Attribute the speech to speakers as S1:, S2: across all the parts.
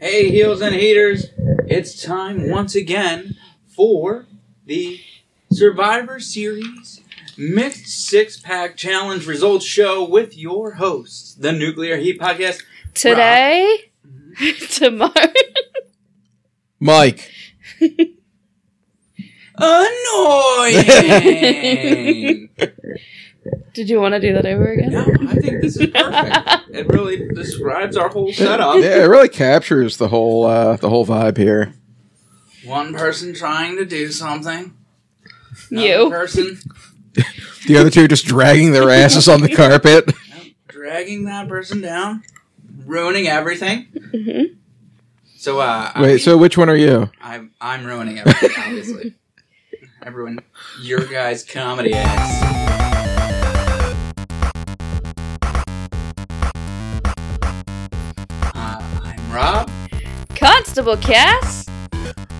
S1: Hey, heels and heaters. It's time once again for the Survivor Series Mixed Six Pack Challenge Results Show with your hosts, the Nuclear Heat Podcast.
S2: Today, tomorrow.
S3: Mike.
S1: Annoying!
S2: Did you want to do that over again?
S1: no, I think this is perfect. It really describes our whole setup.
S3: Yeah, it really captures the whole uh, the whole vibe here.
S1: One person trying to do something. another
S2: You.
S1: person
S3: The other two just dragging their asses on the carpet.
S1: dragging that person down, ruining everything.
S2: Mhm.
S1: So, uh, I,
S3: Wait, so which one are you?
S1: I'm I'm ruining everything, obviously. Everyone, your guys' comedy acts. Uh, I'm Rob.
S2: Constable Cass.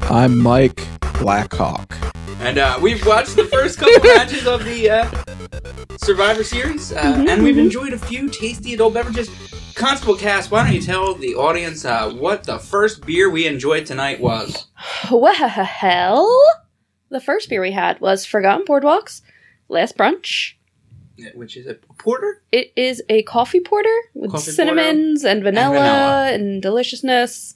S3: I'm Mike Blackhawk.
S1: And uh, we've watched the first couple matches of the uh, Survivor Series, uh, and we've enjoyed a few tasty adult beverages. Constable Cass, why don't you tell the audience uh, what the first beer we enjoyed tonight was?
S2: Well, the first beer we had was Forgotten Boardwalks, last brunch.
S1: Which is a porter?
S2: It is a coffee porter with
S1: Coffee
S2: cinnamons and vanilla, and
S1: vanilla.
S2: deliciousness.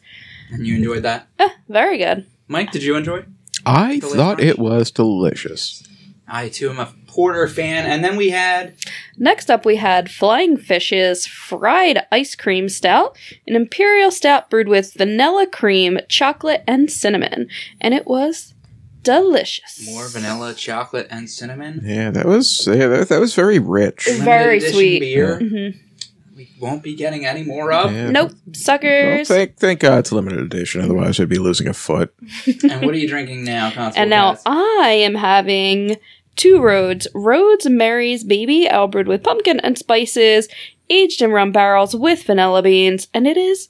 S1: And you enjoyed that.
S2: Eh, very good.
S1: Mike, did you enjoy?
S3: I
S1: Delicious.
S3: thought it was delicious.
S1: I too am a porter fan. And then we had
S2: Next up, we had Flying Fish's Fried Ice Cream Stout, an imperial stout brewed with vanilla cream, chocolate, and cinnamon. And it was delicious.
S1: more vanilla, chocolate, and cinnamon.
S3: Yeah, that was yeah, that, that was very rich.
S2: It's very
S1: Limited edition
S2: sweet.
S1: beer.
S2: hmm
S1: We won't be getting any more of.
S3: Yeah.
S2: Nope,
S3: Well,
S2: suckers.
S3: thank thank God it's limited edition. Otherwise, I'd be losing a foot.
S1: And what are you drinking now, Constable
S2: and now
S1: Cass?
S2: I am having two Rhodes. Rhodes Mary's Baby, Albred with pumpkin and spices, aged in rum barrels with vanilla beans, and it is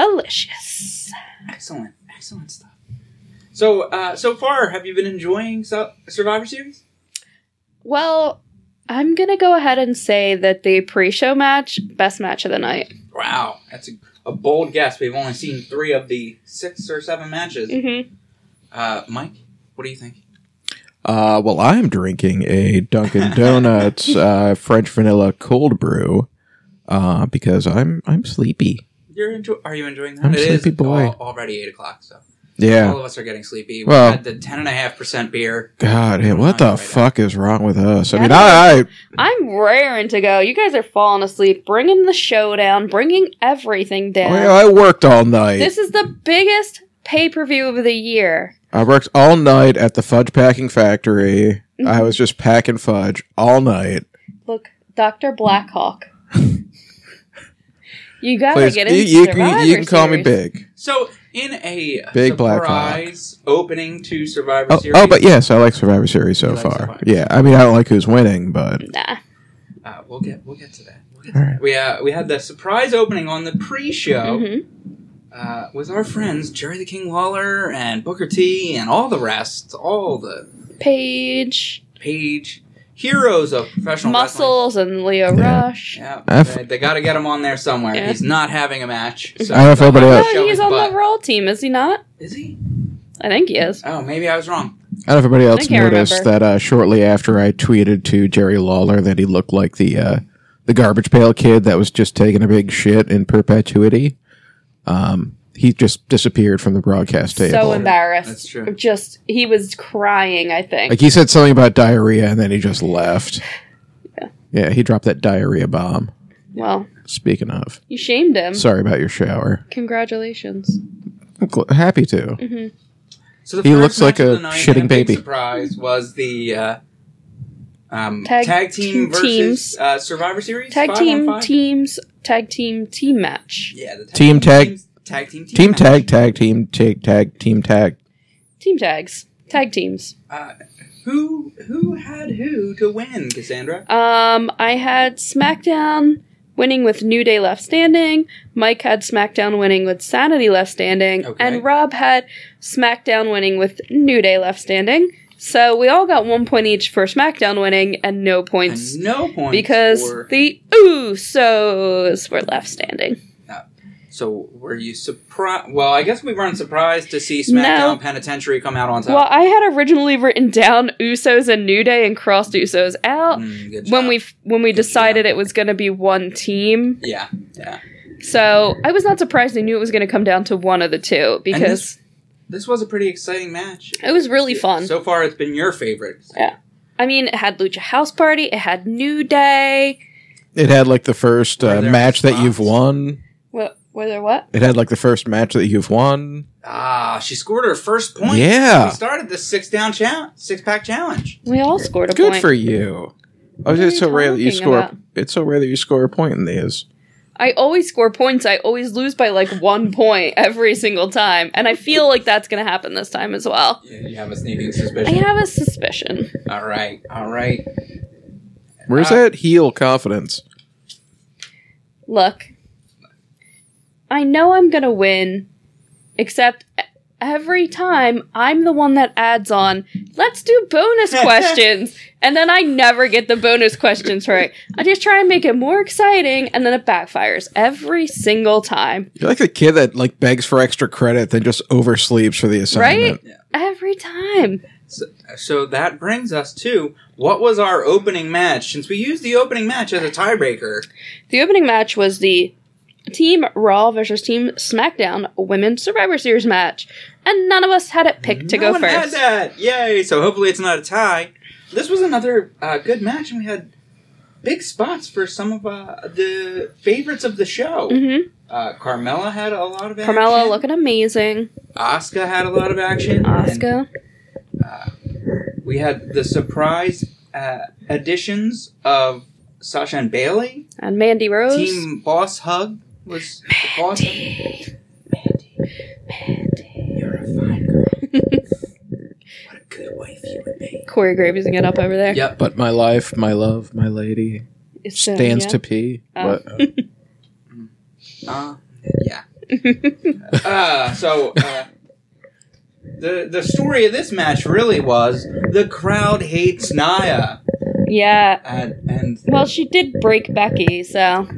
S2: delicious.
S1: Excellent, excellent stuff. So, uh, so far, have you been enjoying Su- Survivor Series?
S2: Well, I'm gonna go ahead and say that the pre-show match, best match of the night.
S1: Wow, that's a, a bold guess. We've only seen three of the six or seven matches.
S2: Mm-hmm.
S1: Uh, Mike, what do you think?
S3: Uh, well, I'm drinking a Dunkin' Donuts uh, French vanilla cold brew uh, because I'm I'm sleepy.
S1: You're enjo- are you enjoying that?
S3: I'm
S1: It is
S3: sleepy boy.
S1: al- already eight o'clock, so
S3: Yeah.
S1: all of us are getting sleepy.
S3: Well-
S1: we had the ten and a half percent beer.
S3: God, hey, what
S1: Right
S3: the
S1: up.
S3: fuck is wrong with us? I
S2: Yeah,
S3: mean,
S2: I
S3: I, I
S2: I'm raring to go. You guys are falling asleep, bringing the show down, bringing everything down.
S3: well, Oh, I worked all night.
S2: this is the biggest pay-per-view of the year.
S3: I worked all night at the fudge packing factory.
S2: Mm-hmm.
S3: I was just packing fudge all night.
S2: Look, Doctor Blackhawk. you gotta
S3: Please,
S2: get
S3: you,
S2: into
S3: you
S2: Survivor
S3: can, you can call me
S2: Series.
S3: Big.
S1: So, in a
S3: Big Black
S1: surprise opening to Survivor
S3: Oh,
S1: Series.
S3: oh, but yes, I like Survivor Series
S1: You
S3: so
S1: like
S3: far.
S1: Survivor
S3: Yeah, I mean, I don't like who's winning, but
S2: Nah.
S1: uh, we'll get we'll get to that. We'll get to
S3: All
S1: that. We uh, we had the surprise opening on the pre-show.
S2: Mhm.
S1: uh, with our friends Jerry the King Lawler and Booker T and all the rest, all the
S2: Paige,
S1: page heroes of professional wrestling.
S2: Muscles, and Leo
S3: Yeah.
S2: Rush.
S1: Yeah,
S3: I f-
S1: they, got to get him on there somewhere.
S2: Yeah.
S1: He's not having a match. So
S3: I don't know if
S1: they'll
S3: anybody
S1: have
S3: else-
S1: to
S2: No,
S1: shove
S2: Oh, he's
S1: his
S2: on
S1: butt.
S2: the Raw team, is he not?
S1: Is he?
S2: I think he is.
S1: Oh, maybe I was wrong.
S3: I don't know if anybody
S2: I
S3: else
S2: can't
S3: noticed
S2: remember.
S3: that uh, shortly after I tweeted to Jerry Lawler that he looked like the uh, the garbage pail kid that was just taking a big shit in perpetuity. Um, he just disappeared from the broadcast table.
S2: So embarrassed.
S1: That's true.
S2: Just he was crying. I think.
S3: Like he said something about diarrhea and then he just left. Yeah, he dropped that diarrhea bomb.
S2: well,
S3: Speaking of,
S2: you shamed him.
S3: sorry about your shower.
S2: Congratulations.
S3: I'm gl- happy to.
S2: Mm-hmm.
S1: So the
S3: He
S1: first
S3: looks
S1: match
S3: like
S1: of
S3: a
S1: the night
S3: shitting
S1: and big
S3: baby.
S1: Surprise was the uh, um, tag,
S2: Tag
S1: team
S2: team
S1: versus
S2: teams.
S1: uh, Survivor Series
S2: Tag
S1: Five
S2: team
S1: on five?
S2: teams. Tag team team match.
S1: Yeah, the tag
S3: Team tag-
S1: teams- tag team team,
S3: Team
S1: match.
S3: tag, tag team, tag, tag, team tag.
S2: Team tags. Tag teams.
S1: Uh, who who had who to win, Cassandra?
S2: Um, I had SmackDown winning with New Day left standing. Mike had SmackDown winning with Sanity left standing,
S1: Okay.
S2: and Rob had SmackDown winning with New Day left standing. So we all got one point each for SmackDown winning and no points
S1: And no points
S2: because
S1: for-
S2: the Usos were left standing.
S1: So were you surprised? Well, I guess we weren't surprised to see SmackDown
S2: No.
S1: Penitentiary come out on top.
S2: Well, I had originally written down Usos and New Day and crossed Usos out
S1: Mm, good
S2: when
S1: job.
S2: we when we
S1: Good
S2: decided it was going to be one team.
S1: yeah yeah
S2: So I was not surprised. I knew it was going to come down to one of the two because
S1: this was a pretty exciting match.
S2: it was really fun.
S1: So far, it's been your favorite.
S2: I mean, it had Lucha House Party, it had New Day.
S3: It had like the first
S1: Were
S3: uh,
S1: there
S3: match that you've
S1: spots?
S3: won.
S2: What were there? What?
S3: It had like the first match that you've won.
S1: Ah, she scored her first point.
S3: Yeah.
S1: we started the six down challenge, six pack challenge.
S2: We all scored a
S3: Good
S2: point.
S3: for you. Oh,
S2: What are
S3: it's
S2: you
S3: so rare that you
S2: talking
S3: score.
S2: about?
S3: It's so rare that you score a point in these.
S2: I always score points. I always lose by like one point every single time, and I feel like that's going to happen this time as well.
S1: Yeah, you have a sneaking
S2: I
S1: suspicion.
S2: have a suspicion.
S1: All right, all right.
S3: Where's
S1: Uh,
S3: that heel confidence?
S2: Look, I know I'm going to win, except e- every time I'm the one that adds on, let's do bonus questions. And then I never get the bonus questions right. I just try and make it more exciting, and then it backfires every single time.
S3: You're like the kid that like begs for extra credit, then just oversleeps for the assignment.
S2: Right? Every time.
S1: So, so that brings us to what was our opening match? Since we used the opening match as a tiebreaker,
S2: The opening match was the Team Raw versus Team SmackDown Women's Survivor Series match, and none of us had it picked to
S1: no
S2: go
S1: one
S2: first.
S1: had that. Yay! So hopefully it's not a tie. This was another uh, good match, and we had big spots for some of uh, the favorites of the show.
S2: Mm-hmm.
S1: Uh, Carmella had a lot of action.
S2: Carmella looking amazing.
S1: Asuka had a lot of action. And
S2: Asuka.
S1: We had the surprise uh, additions of Sasha and Bailey.
S2: And Mandy Rose.
S1: Team Boss Hug was the boss. Hug. Mandy, you're a fine girl. what a good wife you would be.
S2: Corey Gravesing it up over there.
S1: Yep.
S3: But my life, my love, my lady
S2: So,
S3: stands
S2: uh, yeah.
S3: to pee.
S2: Oh.
S3: What?
S1: Uh, yeah. uh, so uh, the the story of this match really was the crowd hates Naya
S2: Yeah.
S1: and and
S2: Well, she did break Becky, so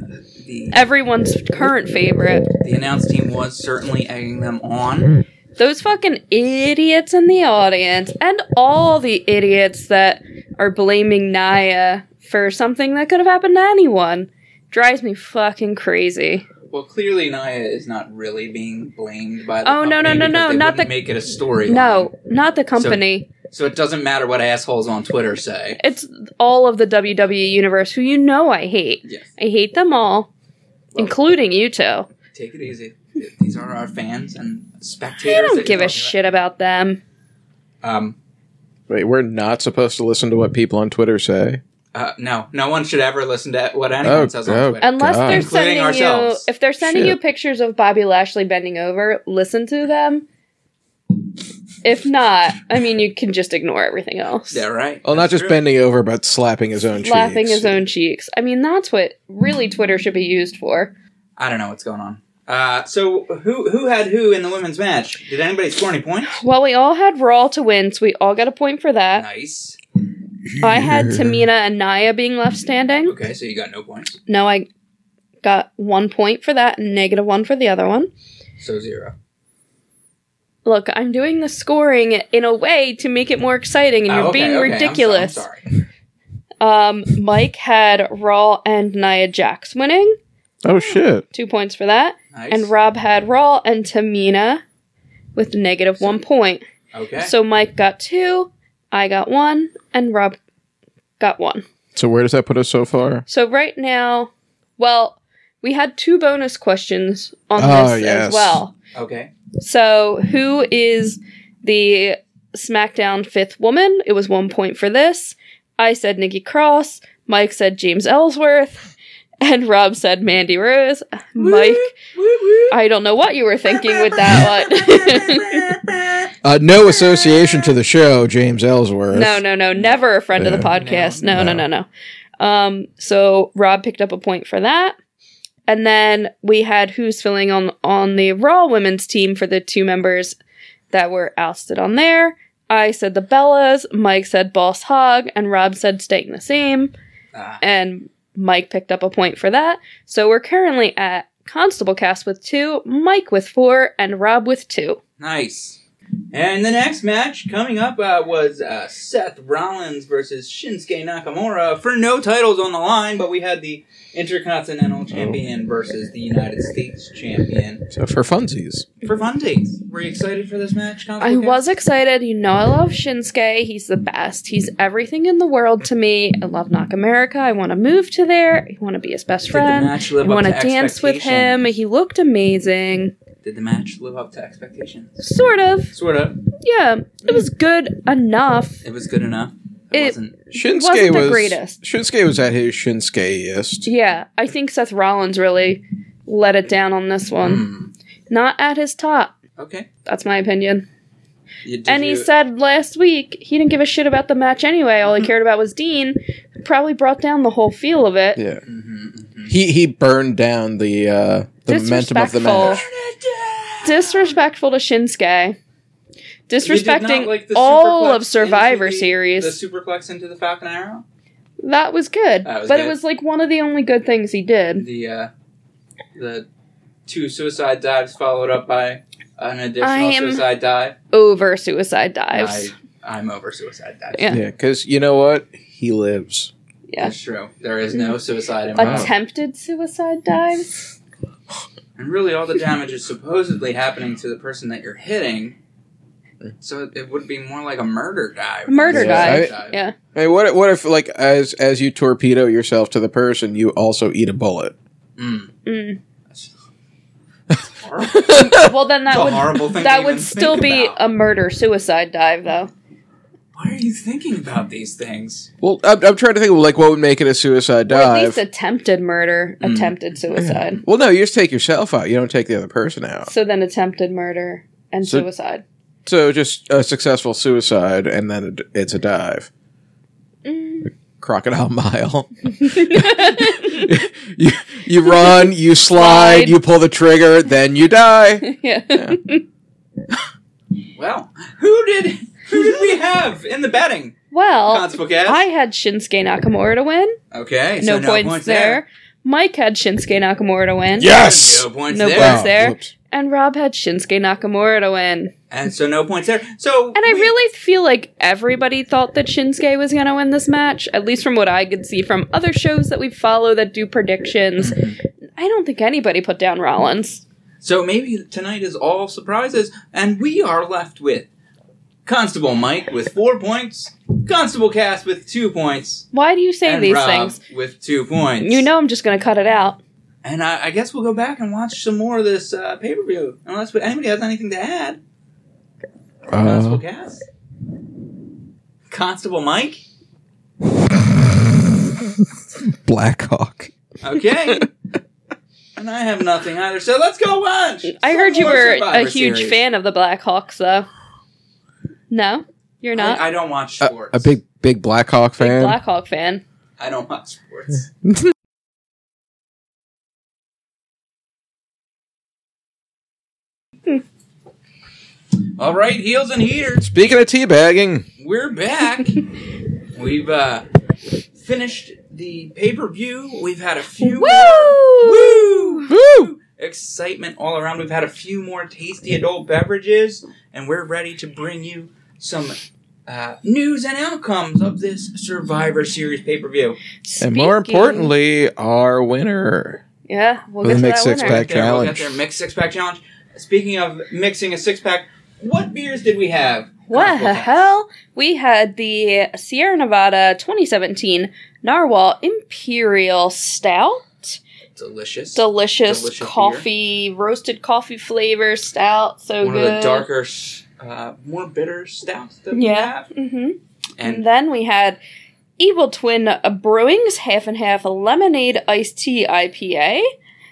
S1: the
S2: everyone's current favorite.
S1: the announce team was certainly egging them on.
S2: Those fucking idiots in the audience, and all the idiots that are blaming Naya for something that could have happened to anyone, drives me fucking crazy.
S1: Well, clearly Naya is not really being blamed by the
S2: Oh, no, no,
S1: company
S2: no, no,
S1: because they
S2: not
S1: wouldn't
S2: the-
S1: make it a story.
S2: No, not the company.
S1: So it doesn't matter what assholes on Twitter say.
S2: it's all of the WWE universe who you know I hate.
S1: Yes.
S2: I hate them all,
S1: Well,
S2: including you two.
S1: take it easy. These are our fans and spectators.
S2: I
S1: that
S2: don't
S1: you're
S2: give a
S1: talking
S2: shit about them.
S1: about. Um,
S3: Wait, we're not supposed to listen to what people on Twitter say.
S1: uh, no, no one should ever listen to what anyone
S3: Oh,
S1: says on
S3: oh.
S1: Twitter.
S2: Unless
S3: God.
S2: they're
S1: Including
S2: sending
S1: ourselves.
S2: you, if they're sending
S3: Shit.
S2: you pictures of Bobby Lashley bending over, listen to them. If not, I mean, you can just ignore everything else.
S1: Yeah, right.
S3: Well,
S1: That's
S3: not just
S1: true.
S3: bending over, but slapping his own
S2: Laughing
S3: cheeks.
S2: his own cheeks. I mean, that's what really Twitter should be used for.
S1: I don't know what's going on. Uh, so who who had who in the women's match? Did anybody score any points?
S2: Well, we all had Raw to win, so we all got a point for that.
S1: Nice.
S2: I had Tamina and Naya being left standing.
S1: Okay, so you got no points.
S2: No, I got one point for that and negative one for the other one.
S1: So zero.
S2: Look, I'm doing the scoring in a way to make it more exciting, and
S1: Oh,
S2: you're
S1: okay,
S2: being
S1: okay, I'm so-
S2: ridiculous.
S1: I'm sorry.
S2: Um, Mike had Raw and Nia Jax winning,
S3: Oh shit!
S2: two points for that,
S1: Nice.
S2: and Rob had Raw and Tamina with negative one point.
S1: okay.
S2: So Mike got two, I got one, and Rob got one.
S3: So where does that put us so far?
S2: So right now, well, we had two bonus questions on
S3: Oh,
S2: this
S3: yes.
S2: as well.
S1: okay.
S2: So, who is the SmackDown fifth woman? It was one point for this. I said Nikki Cross. Mike said James Ellsworth. And Rob said Mandy Rose. Mike,
S1: Woo, woo.
S2: I don't know what you were thinking with that one.
S3: Uh, no association to the show, James Ellsworth.
S2: no, no, no. Never a friend of the
S3: No,
S2: podcast.
S1: no,
S2: No, no, no, no. Um, so, Rob picked up a point for that. And then we had who's filling on on the Raw women's team for the two members that were ousted on there. I said the Bellas, Mike said Boss Hog, and Rob said staying the same.
S1: Ah,
S2: And Mike picked up a point for that. So we're currently at Constable Cast with two, Mike with four, and Rob with two.
S1: Nice. And the next match coming up uh, was uh, Seth Rollins versus Shinsuke Nakamura for no titles on the line, but we had the Intercontinental Champion versus the United States Champion.
S3: So for funsies,
S1: For fun days, were you excited for this match? Constable
S2: I
S1: Cass?
S2: was excited. You know, I love Shinsuke. He's the best. He's everything in the world to me. I love Knock America. I want to move to there. I want to be his best
S1: Did the
S2: friend.
S1: match
S2: I
S1: live up
S2: want to
S1: to
S2: dance with
S1: expectation?
S2: him. He looked amazing.
S1: Did the match live up to expectations?
S2: Sort of.
S1: Sort of.
S2: Yeah, it was good enough.
S1: It was good enough. It,
S2: It-
S1: wasn't.
S3: Shinsuke
S2: Wasn't the
S3: was
S2: greatest.
S3: Shinsuke was at his Shinskeiest.
S2: Yeah, I think Seth Rollins really let it down on this one.
S1: Hmm.
S2: Not at his top.
S1: okay.
S2: That's my opinion.
S1: You- did
S2: and he
S1: you-
S2: said last week he didn't give a shit about the match anyway. All he cared about was Dean. Probably brought down the whole feel of it.
S3: Yeah,
S1: Mhm, mhm.
S3: he he burned down the uh, the momentum of the match.
S2: Disrespectful. Disrespectful to Shinsuke.
S1: You did not
S2: Disrespecting
S1: like the
S2: all
S1: superplex
S2: of Survivor
S1: into the-
S2: Series.
S1: The superplex into the Falcon Arrow.
S2: that was good.
S1: That was
S2: but
S1: good.
S2: it was like one of the only good things he did.
S1: the uh, the two suicide dives followed up by an additional
S2: I am-
S1: suicide dive.
S2: Over suicide dives.
S1: I, I'm over suicide dives.
S2: Yeah.
S3: Yeah, because you know what, he lives.
S2: yeah.
S1: That's true. There is no suicide in
S3: Wow.
S1: Wow.
S2: Attempted suicide dives.
S1: And really, all the damage is supposedly happening to the person that you're hitting. So it would be more like a murder dive. than
S2: Murder
S1: a
S3: dive,
S1: suicide
S2: Yeah.
S3: I mean, what what if like as as you torpedo yourself to the person, you also eat a bullet?
S1: Mm.
S2: Mm.
S1: That's that's horrible.
S2: Well, then
S1: It's
S2: that
S1: a
S2: would
S1: horrible thing
S2: that
S1: to
S2: would
S1: even
S2: still
S1: think
S2: be
S1: about.
S2: a murder suicide dive, though.
S1: Why are you thinking about these things?
S3: Well, I'm, I'm trying to think of like what would make it a suicide
S2: Or at
S3: dive.
S2: least attempted murder,
S1: Mm.
S2: attempted suicide.
S3: well, no, you just take yourself out. You don't take the other person out.
S2: So then attempted murder and
S3: So-
S2: suicide.
S3: So just a successful suicide, and then it, it's a dive.
S2: Mm.
S3: Crocodile Mile. you, you run, you slide,
S2: Slide.
S3: you pull the trigger, then you die.
S2: yeah.
S3: Yeah.
S1: Well, who did who did we have in the betting?
S2: Well,
S1: Constable Cass?
S2: I had Shinsuke Nakamura to win.
S1: Okay,
S2: No,
S1: so
S2: points, there. Mike had Shinsuke Nakamura to win.
S3: Yes!
S1: No points
S2: No
S1: there.
S2: points there.
S3: whoops.
S2: And Rob had Shinsuke Nakamura to win.
S1: And so no points there. So
S2: And I really feel like everybody thought that Shinsuke was going to win this match, at least from what I could see from other shows that we follow that do predictions. I don't think anybody put down Rollins.
S1: So maybe tonight is all surprises, and we are left with Constable Mike with four points, Constable Cass with two points,
S2: Why do you say
S1: and
S2: these
S1: Rob
S2: things?
S1: with two points.
S2: You know I'm just going to cut it out.
S1: And I, I guess we'll go back and watch some more of this uh, pay per view, unless we, anybody has anything to add. Constable
S3: Uh,
S1: Cass, Constable Mike.
S3: Black Hawk.
S1: Okay. and I have nothing either. So let's go watch.
S2: I
S1: some
S2: heard you
S1: more
S2: were
S1: Survivor
S2: a huge
S1: Series.
S2: fan of the Blackhawks, though. No, you're not.
S1: I, I don't watch
S3: A,
S1: sports.
S3: a big, big Black Hawk
S2: Big
S3: fan.
S2: Blackhawk fan.
S1: I don't watch sports. All right, heels and heaters.
S3: Speaking of teabagging,
S1: We're back. We've uh, finished the pay per view. We've had a few. Woo!
S3: woo!
S1: Excitement all around. We've had a few more tasty adult beverages, and we're ready to bring you some uh, news and outcomes of this Survivor Series pay per view.
S3: And more
S2: Speaking-
S3: importantly, our winner.
S2: yeah, we'll get
S3: With a
S2: to
S3: mixed
S2: that winner.
S3: six-pack.
S1: there, we'll get
S3: challenge.
S1: there. Mix six pack challenge. Speaking of mixing a six pack, what beers did we have?
S2: What
S1: Couple
S2: the
S1: packs.
S2: hell? We had the Sierra Nevada 2017 Narwhal Imperial Stout.
S1: Delicious.
S2: Delicious,
S1: Delicious beer.
S2: coffee, roasted coffee flavor stout. So
S1: One
S2: good.
S1: of the darker, s- uh, more bitter stouts that we
S2: Yeah.
S1: have.
S2: hmm And
S1: And
S2: then we had Evil Twin Brewing's half and half lemonade iced tea IPA.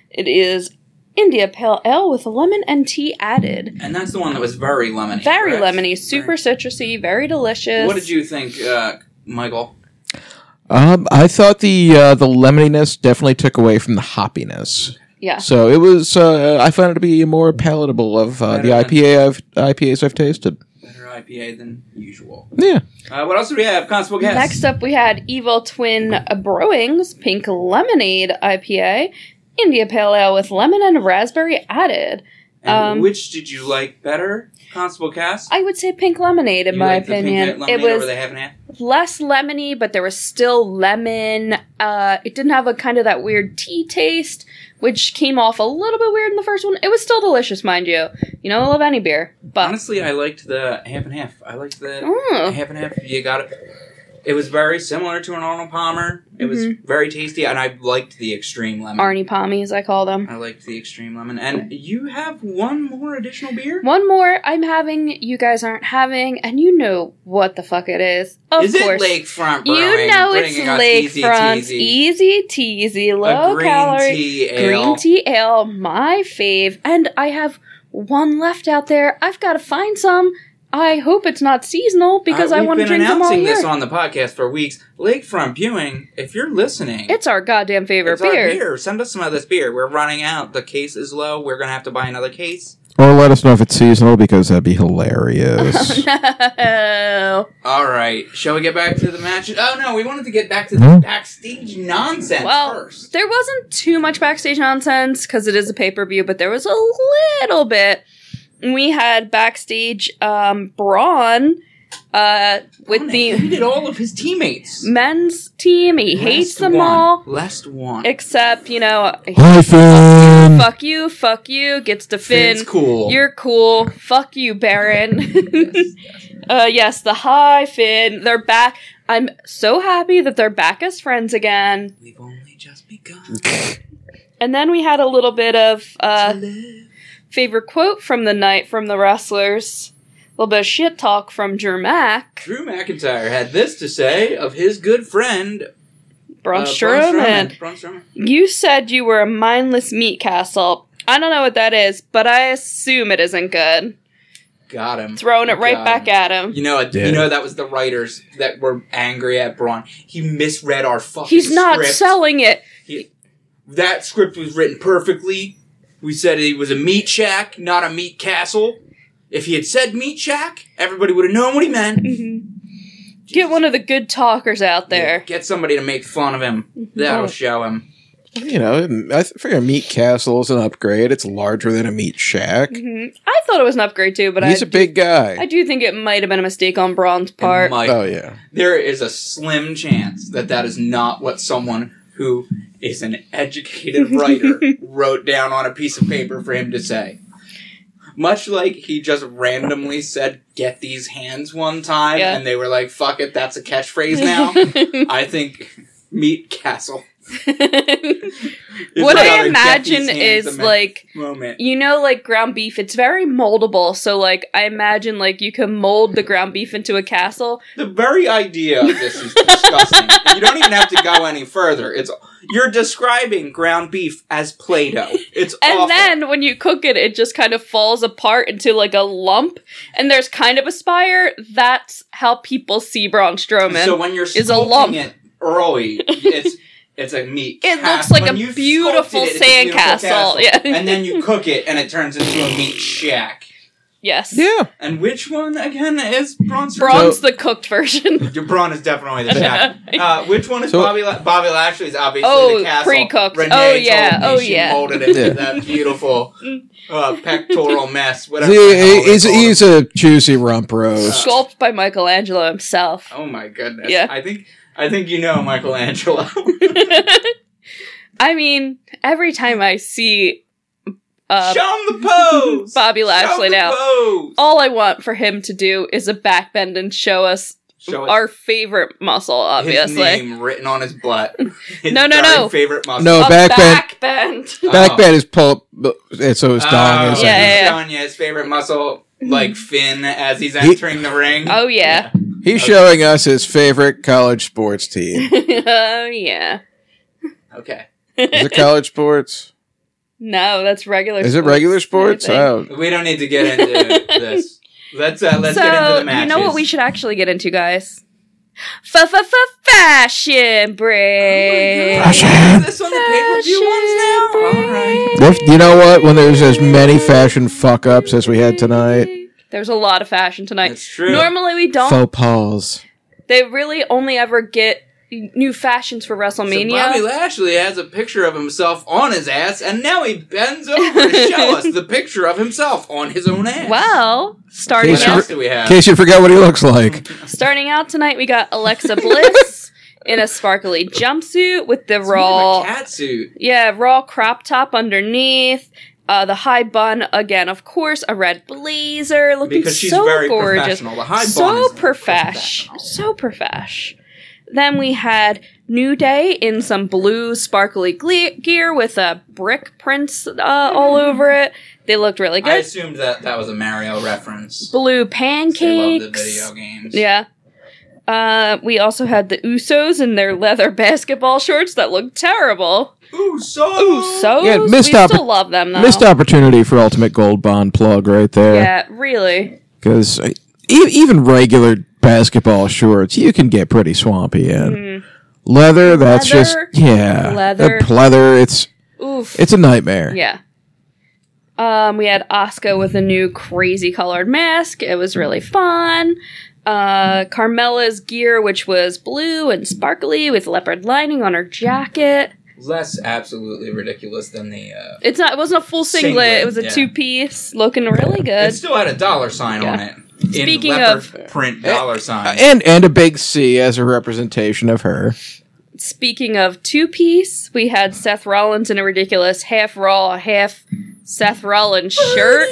S2: It is India Pale Ale with lemon and tea added.
S1: and that's the one that was very lemony.
S2: Very
S1: correct?
S2: lemony, super citrusy, very delicious.
S1: What did you think, uh, Michael?
S3: Um, I thought the uh, the lemoniness definitely took away from the hoppiness.
S2: Yeah.
S3: So it was. Uh, I found it to be more palatable of uh, the
S1: Better than-
S3: IPA I've IPAs I've tasted.
S1: Better IPA than usual.
S3: Yeah.
S1: Uh, what else do we have, Constable Guest?
S2: Next up, we had Evil Twin Brewing's Pink Lemonade IPA. India Pale Ale with lemon and raspberry added.
S1: And
S2: Um,
S1: which did you like better, Constable Cass?
S2: I would say pink lemonade, in
S1: You
S2: my
S1: liked the pink
S2: opinion.
S1: lemonade
S2: It
S1: over
S2: was
S1: the half and half?
S2: less lemony, but there was still lemon. Uh, it didn't have a kind of that weird tea taste, which came off a little bit weird in the first one. It was still delicious, mind you. You know, I love any beer, but
S1: Honestly, I liked the half and half. I liked the
S2: Mm.
S1: half and half. You got it. It was very similar to an Arnold Palmer. It was very tasty, and I liked the extreme lemon.
S2: Mm-hmm. Arnie Pommy, as I call them.
S1: I liked the extreme lemon. And you have one more additional beer?
S2: One more I'm having, you guys aren't having, and you know what the fuck it is. Of
S1: Is
S2: course.
S1: it Lakefront Brewing?
S2: you know it's
S1: bringing us Easy
S2: Lakefront's
S1: Teasy,
S2: easy teasy,
S1: a
S2: low
S1: green
S2: calorie
S1: tea ale.
S2: green tea ale, my fave. And I have one left out there. I've got to find some. I hope it's not seasonal because
S1: Uh,
S2: I
S1: we've
S2: want to
S1: been
S2: drink them all
S1: announcing
S2: year.
S1: this on the podcast for weeks. Lakefront Brewing, if you're listening,
S2: it's our goddamn favorite
S1: it's our
S2: beer.
S1: beer. Send us some of this beer. We're running out. The case is low. We're gonna have to buy another case.
S3: Or let us know if it's seasonal because that'd be hilarious.
S2: no.
S1: All right. Shall we get back to the match? Oh no, we wanted to get back to
S3: No.
S1: the backstage nonsense
S2: Well,
S1: first.
S2: there wasn't too much backstage nonsense because it is a pay per view, but there was a little bit. We had backstage um, Braun uh, with
S1: Conan
S2: the
S1: hated all of his teammates.
S2: men's team. He hates
S1: Last
S2: them
S1: one.
S2: all,
S1: Last one.
S2: except, you know,
S3: Hi, Finn.
S2: fuck you, fuck you, gets to Finn.
S1: Finn's cool.
S2: You're cool. Fuck you, Baron. uh, yes, the high Finn. They're back. I'm so happy that they're back as friends again.
S1: We've only just begun.
S2: And then we had a little bit of
S1: to
S2: uh,
S1: live.
S2: favorite quote from the night from the wrestlers. A little bit of shit talk from Jermac.
S1: Drew McIntyre had this to say of his good friend
S2: Braun
S1: uh,
S2: Strowman.
S1: Braun Strowman.
S2: You said you were a mindless meat castle. I don't know what that is, but I assume it isn't good.
S1: Got him.
S2: Throwing it right
S1: Got
S2: back
S1: him.
S2: at him.
S1: You know, it-
S3: Yeah.
S1: you know that was the writers that were angry at Braun. He misread our fucking.
S2: He's not
S1: script.
S2: selling it.
S1: That script was written perfectly. We said it was a meat shack, not a meat castle. If he had said meat shack, everybody would have known what he meant.
S2: Get one of the good talkers out there. Mm-hmm. Oh.
S1: Get somebody to make fun of him. That'll show him.
S3: you know, I figure Meat Castle is an upgrade. It's larger than a meat shack.
S2: Mhm. I thought it was an upgrade too, but I
S3: He's a big
S2: I
S3: guy.
S2: do think it might have been a mistake on Braun's
S1: And
S2: part.
S1: Mike,
S3: Oh yeah.
S1: there is a slim chance that that is not what someone who is an educated writer wrote down on a piece of paper for him to say. Much like he just randomly said, get these hands one time,
S2: Yeah.
S1: and they were like, fuck it, that's a catchphrase now. I think Meat Castle. is
S2: what
S1: another
S2: I
S1: get
S2: imagine
S1: these hands
S2: is
S1: ama-
S2: like
S1: Moment.
S2: you know, like ground beef. It's very moldable, so like I imagine like you can mold the ground beef into a castle.
S1: The very idea of this is disgusting. you don't even have to go any further. It's You're describing ground beef as Play Doh. It's
S2: And
S1: awful.
S2: then when you cook it, it just kind of falls apart into like a lump, and there's kind of a spire. That's how people see Braun Strowman.
S1: So when you're
S2: is a lump.
S1: sculpting it early, it's it's a meat.
S2: It
S1: cast-
S2: looks like
S1: when
S2: a
S1: you've
S2: beautiful
S1: sculpted it, it's a beautiful castle.
S2: sandcastle, yeah.
S1: and then you cook it, and it turns into a meat shack.
S2: yes,
S3: Yeah.
S1: And which one again is Braun? Strowman?
S2: Braun's the cooked version.
S1: Your Braun is definitely the shack. Uh, which one is
S3: So-
S1: Bobby? La- Bobby Lashley's obviously
S2: Oh,
S1: the castle.
S2: pre-cooked.
S1: Renee
S2: Oh,
S1: told
S2: yeah.
S1: me
S2: Oh,
S1: she
S2: yeah.
S1: Molded it
S3: Yeah.
S1: into that beautiful uh, pectoral mess. Whatever.
S3: He-
S1: the hell they
S3: he's,
S1: call it.
S3: he's a juicy rump roast.
S2: sculpted by Michelangelo himself.
S1: Oh my goodness.
S2: Yeah.
S1: I think I think you know Michelangelo.
S2: I mean, every time I see uh,
S1: Show him the pose.
S2: Bobby Lashley
S1: Show the
S2: now, Oh,
S1: pose.
S2: all I want for him to do is a backbend and show us
S1: Show us
S2: our favorite muscle,
S1: his
S2: obviously.
S1: name written on his butt. His
S2: No, no,
S1: very
S2: no.
S1: Favorite muscle.
S3: No,
S2: A
S3: backbend.
S2: backbend.
S3: Backbend is pull. And so is Don.
S1: Oh,
S3: is
S2: Yeah, yeah, yeah.
S1: Donya's favorite muscle, like Finn, as he's entering the ring.
S2: Oh, yeah.
S3: He's showing us his favorite college sports team.
S2: oh, yeah.
S1: Okay.
S3: Is it college sports?
S2: No, that's regular
S3: Is it regular sports?
S2: I
S3: Oh,
S1: We don't need to get into this. Let's uh, let's get into
S2: so,
S1: the matches.
S2: you know what we should actually get into, guys? F-f-f-fashion break.
S1: Oh my God. Is this on the pay-per-view ones now? All right.
S3: If- you know what? When there's as many fashion fuck ups as we had tonight,
S2: There's a lot of fashion tonight.
S1: That's true.
S2: Normally we don't.
S3: faux pas.
S2: They really only ever get new fashions for
S1: So
S2: WrestleMania.
S1: Bobby Lashley has a picture of himself on his ass, and now he bends over to show us the picture of himself on his own ass.
S2: well, starting
S1: what
S3: Yes,
S1: else
S2: out,
S1: do we
S3: In
S1: have?
S3: case you forgot what he looks like.
S2: starting out tonight, we got Alexa Bliss in a sparkly jumpsuit with the
S1: It's more of
S2: raw
S1: a cat suit.
S2: Yeah, raw crop top underneath. Uh, the high bun again, of course, a red blazer, looking
S1: Because she's
S2: so
S1: very
S2: gorgeous,
S1: professional. The high bun
S2: so
S1: is
S2: profesh, so profesh. Then we had New Day in some blue sparkly gle- gear with a brick prints uh, all over it. They looked really
S1: I
S2: good.
S1: assumed that that was a Mario reference.
S2: blue
S1: They love the
S2: pancakes.
S1: video games.
S2: Yeah. Uh, we also had the Usos in their leather basketball shorts that looked terrible.
S1: Ooh, so.
S2: Ooh, so
S3: Yeah, missed
S2: we
S3: oppor-
S2: still love them though.
S3: Missed opportunity for Ultimate Gold Bond plug right there.
S2: Yeah, really.
S3: Because e- even regular basketball shorts, you can get pretty swampy in. Leather, that's just
S2: Mm-hmm. Leather.
S3: yeah.
S2: Leather.
S3: The leather, it's
S2: Oof.
S3: it's a nightmare.
S2: yeah. Um, we had Oscar with a new crazy colored mask. It was really fun. Uh, Carmela's gear, which was blue and sparkly with leopard lining on her jacket.
S1: Less absolutely ridiculous than the. Uh,
S2: It's not. It wasn't a full singlet.
S1: Singlet,
S2: it was a
S1: yeah.
S2: two piece, looking really
S1: it
S2: good.
S1: still had a dollar sign
S2: Yeah.
S1: on it.
S2: Speaking
S1: in leopard print dollar
S3: Uh,
S1: sign.
S3: And and a big C as a representation of her.
S2: Speaking of two piece, we had Seth Rollins in a ridiculous half Raw, half Seth Rollins shirt.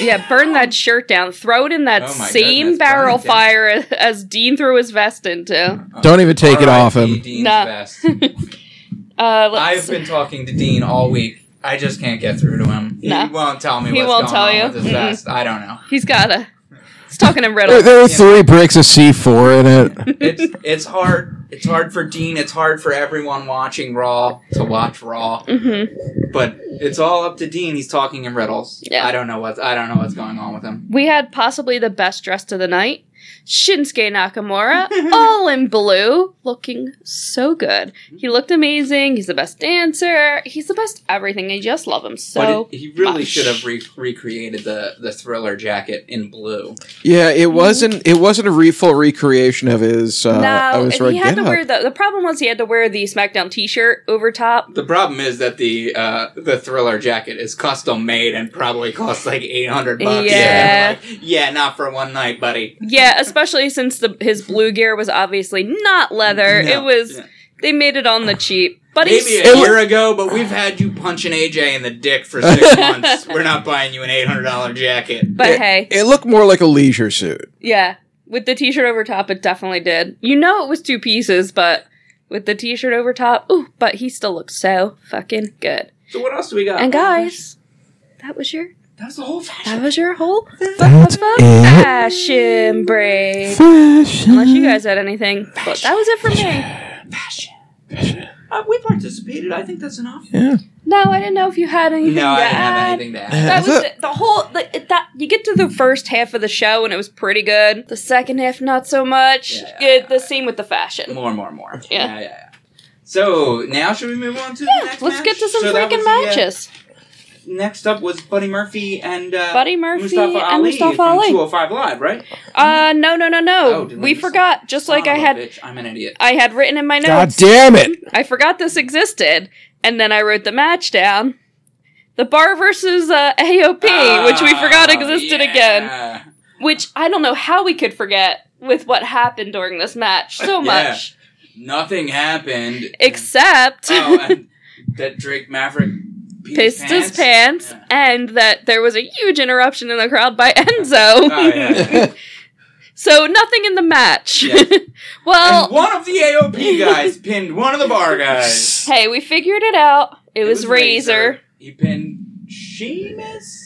S2: Yeah, burn that shirt down. Throw it in that
S1: Oh my
S2: same
S1: goodness, burn
S2: barrel
S1: it down.
S2: fire as Dean threw his vest into.
S3: Don't even take it off
S1: R.I.P.
S3: him.
S1: Dean's
S2: Nah.
S1: best.
S2: Uh, let's
S1: I've been talking to Dean all week. I just can't get through to him. He
S2: No.
S1: won't tell me
S2: He
S1: what's
S2: won't
S1: going
S2: tell
S1: on
S2: you.
S1: with his
S2: Mm-mm.
S1: vest. I don't know.
S2: He's gotta. He's talking in
S3: There,
S2: riddles.
S3: there are three bricks of C four in it.
S1: It's it's hard. It's hard for Dean. It's hard for everyone watching Raw to watch Raw.
S2: Mm-hmm.
S1: But it's all up to Dean. He's talking in riddles.
S2: Yeah.
S1: I don't know what's I don't know what's going on with him.
S2: We had possibly the best dressed of the night. Shinsuke Nakamura, all in blue, looking so good. He looked amazing. He's the best dancer. He's the best everything. I just love him so.
S1: but it- he really
S2: much.
S1: should have re- recreated the the thriller jacket in blue.
S3: Yeah, it wasn't it wasn't a re- full recreation of his. Uh,
S2: no,
S3: of his
S2: and he had to
S3: get-up.
S2: wear the. The problem was he had to wear the SmackDown T-shirt over top.
S1: The problem is that the uh, the thriller jacket is custom made and probably costs like eight hundred bucks.
S2: Yeah.
S1: Like, yeah, not for one night, buddy.
S2: Yeah, especially since the his blue gear was obviously not leather.
S1: No.
S2: It was
S1: Yeah.
S2: they made it on the cheap. But he's
S1: Maybe a
S3: still-
S1: year ago, but we've had you punching AJ in the dick for six months. We're not buying you an eight hundred dollar jacket.
S2: but
S3: it,
S2: hey,
S3: it looked more like a leisure suit.
S2: yeah, with the t-shirt over top it definitely did. You know it was two pieces, but with the t-shirt over top, ooh, but he still looked so fucking good.
S1: So what else do we got?
S2: And guys, that was your
S1: that's the whole
S2: that
S1: fashion.
S2: was your whole
S3: That's
S2: fashion break. Unless you guys had anything, but that was it for me.
S1: Fashion. Uh, we participated. I think that's enough.
S3: Yeah.
S2: No, I didn't know if you had anything.
S1: No, I
S2: to
S1: didn't
S2: add.
S1: have anything to add.
S2: That
S3: That's
S2: was
S3: it.
S2: the, the whole the, it- that you get to the first half of the show and it was pretty good. The second half, not so much.
S1: Yeah.
S2: Yeah, the same with the fashion.
S1: More, more, more.
S2: Yeah.
S1: yeah, yeah. So now should we move on to the next
S2: Let's
S1: match?
S2: get to some
S1: So that
S2: freaking
S1: was the, uh,
S2: matches.
S1: next up was Buddy Murphy and uh,
S2: Buddy Murphy
S1: Mustafa
S2: and
S1: Ali
S2: Mustafa
S1: from
S2: Ali.
S1: 205 Live, right?
S2: Uh, no, no, no, no.
S1: Oh, did we
S2: we
S1: miss
S2: forgot. Just like
S1: Son
S2: I
S1: of a
S2: had,
S1: bitch, I'm an idiot.
S2: I had written in my
S3: God
S2: notes.
S3: damn it!
S2: I forgot this existed, and then I wrote the match down. The bar versus uh, AOP, which we forgot
S1: Oh,
S2: existed
S1: yeah.
S2: again. Which I don't know how we could forget with what happened during this match so
S1: Yeah.
S2: much,
S1: Nothing happened.
S2: except.
S1: oh, and that Drake Maverick peed his
S2: pissed his
S1: pants.
S2: pants and that there was a huge interruption in the crowd by Enzo.
S1: Oh, yeah.
S2: so nothing in the match.
S1: Yeah.
S2: well,
S1: and one of the AOP guys pinned one of the bar guys.
S2: hey, we figured it out. It, was, Razor.
S1: He pinned Sheamus.